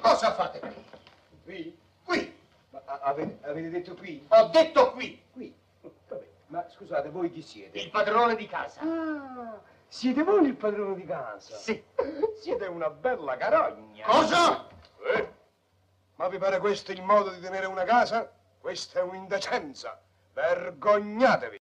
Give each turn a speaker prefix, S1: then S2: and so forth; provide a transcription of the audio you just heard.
S1: cosa fate qui?
S2: Qui?
S1: Qui,
S2: Ma a- ave- avete detto qui?
S1: ho detto qui,
S2: Qui. Oh, vabbè. Ma scusate, voi chi siete?
S1: il padrone di casa.
S2: Ah, siete voi il padrone di casa?
S1: Sì.
S2: Siete una bella carogna.
S1: Cosa?
S2: Eh? Ma vi pare questo il modo di tenere una casa? Questa è un'indecenza. Vergognatevi.